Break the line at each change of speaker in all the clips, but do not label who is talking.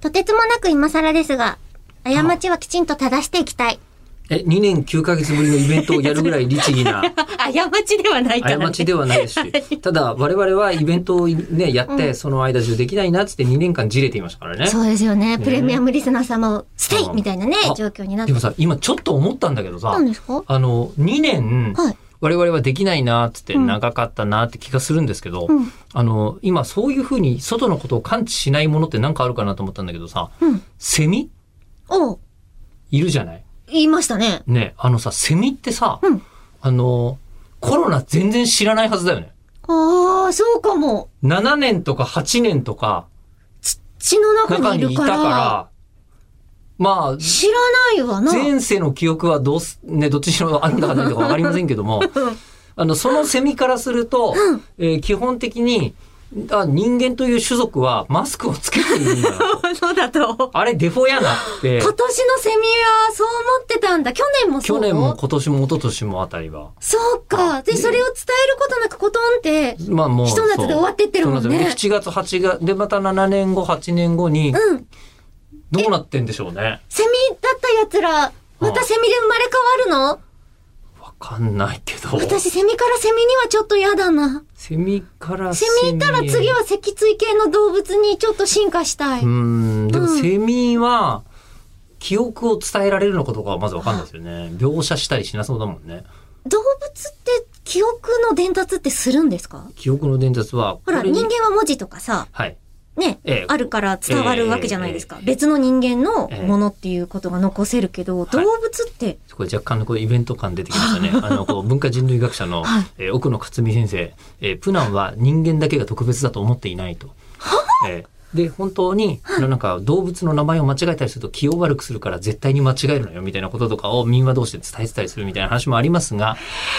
とてつもなく今更ですが、過ちはきちんと正していきたい。
え、2年9ヶ月ぶりのイベントをやるぐらい律 儀な
過ちではないから、ね。
過ちではないし、ただ我々はイベントをね、やって、その間中できないなっつって2年間じれていましたからね。
そうですよね。プレミアムリスナー様をステイ
あ
みたいなね
あ、
状況になって
でも。さ、今ちょっと思ったんだけどさ
な、んですか
あの、2年、
はい。
我々はできないなーっつって
うん
長かったなーって気がするんですけど、
うん
あの今そういうふうに外のことを感知しないものって何かあるかなと思ったんだけどさ、
うん
セミ
お
いるじゃない
言いましたね。
ねあのさセミってさ、
うん
あのコロナ全然知らないはずだよね
ああ、そうかも。
7年とか8年とか
血の中
中
にい
に
る
いた
か。
からまあ
知らないわな。
前世の記憶はどうす、ね、どっちにしろあるんだかないんだかわかりませんけども、あの、そのセミからすると、えー基本的に、あ、人間という種族はマスクをつけているんだ な。
そうだと。
あれデフォやなって、
今年のセミはそう思ってたんだ。去年もそう
去年も今年も一昨年もあたりは。
そうか。で、
ね
それを伝えることなくコトンって、
まあもう。
ひと夏で終わってってるもんね
そうなんですよで7月、8月、で、また7年後、8年後に、
うん。
どうなってんでしょうね。
セミだった奴ら、またセミで生まれ変わるの
わかんないけど。
私セミからセミにはちょっと嫌だな。
セミから
セミいたら
へ
次は脊椎系の動物にちょっと進化したい。
うーん、でも
うん
セミは、記憶を伝えられるのかどうかはまずわかんないですよね。描写したりしなそうだもんね。
動物って記憶の伝達ってするんですか
記憶の伝達は、
ほら、
これに
人間は文字とかさ、
はい。
ね、
ええ
あるから伝わるわけじゃないですか。別の人間のものっていうことが残せるけど、
え
動物って、
これ若干のこうイベント感出てきましたね。あの、こう文化人類学者の、
はい
えー奥野克美先生、えープナンは人間だけが特別だと思っていないと。えーで、本当に、あのなんか動物の名前を間違えたりすると気を悪くするから絶対に間違えるのよみたいなこととかを民話同士で伝えてたりするみたいな話もありますが、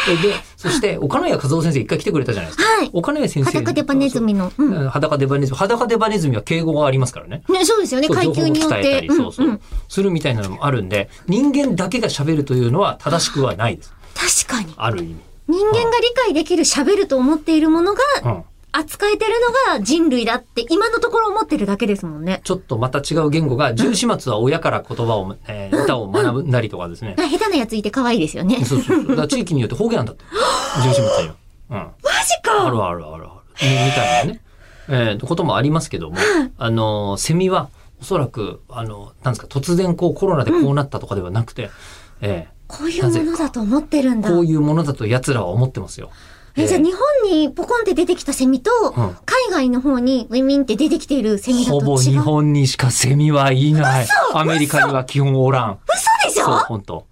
えーで、そして岡野谷和夫先生一回来てくれたじゃないですか。
はい。
岡野谷先生。
裸デパネズミの。うん。
うん。裸デバネズミ。裸デバネズミは敬語がありますからね。
ね、そうですよね。
そう
階級によっ
情報を伝えた
て。
り、そうそうう、
んうん。
するみたいなのもあるんで、人間だけが喋るというのは正しくはないです。
確かに。
ある意味。
人間が理解できる喋ると思っているものが、
うん。
扱えてるのが人類だって今のところ思ってるだけですもんね。
ちょっとまた違う言語が、重始末は親から言葉を、えー歌を学んだりとかで すね。
あ下手なやついて可愛いですよね。
そうそうそう。だから地域によって方 言なんだって。重始末には。うん。
マジ
あ
か
るあるあるある。ねみたいなね。えーこともありますけども、 あの、セミは、おそらく、あの、なんですか、突然こうコロナでこうなったとかではなくて、え
こういうものだと思ってるん
ー
だ。
こういうものだと奴らは思ってますよ。
えじゃあ
えー
日本にポコンって出てきたセミと、海外の方にウィンウィンって出てきているセミだと違う。
ほぼ
嘘
日本にしかセミはいない。アメリカには基本おらん。
でし
そう、
ょ
本当。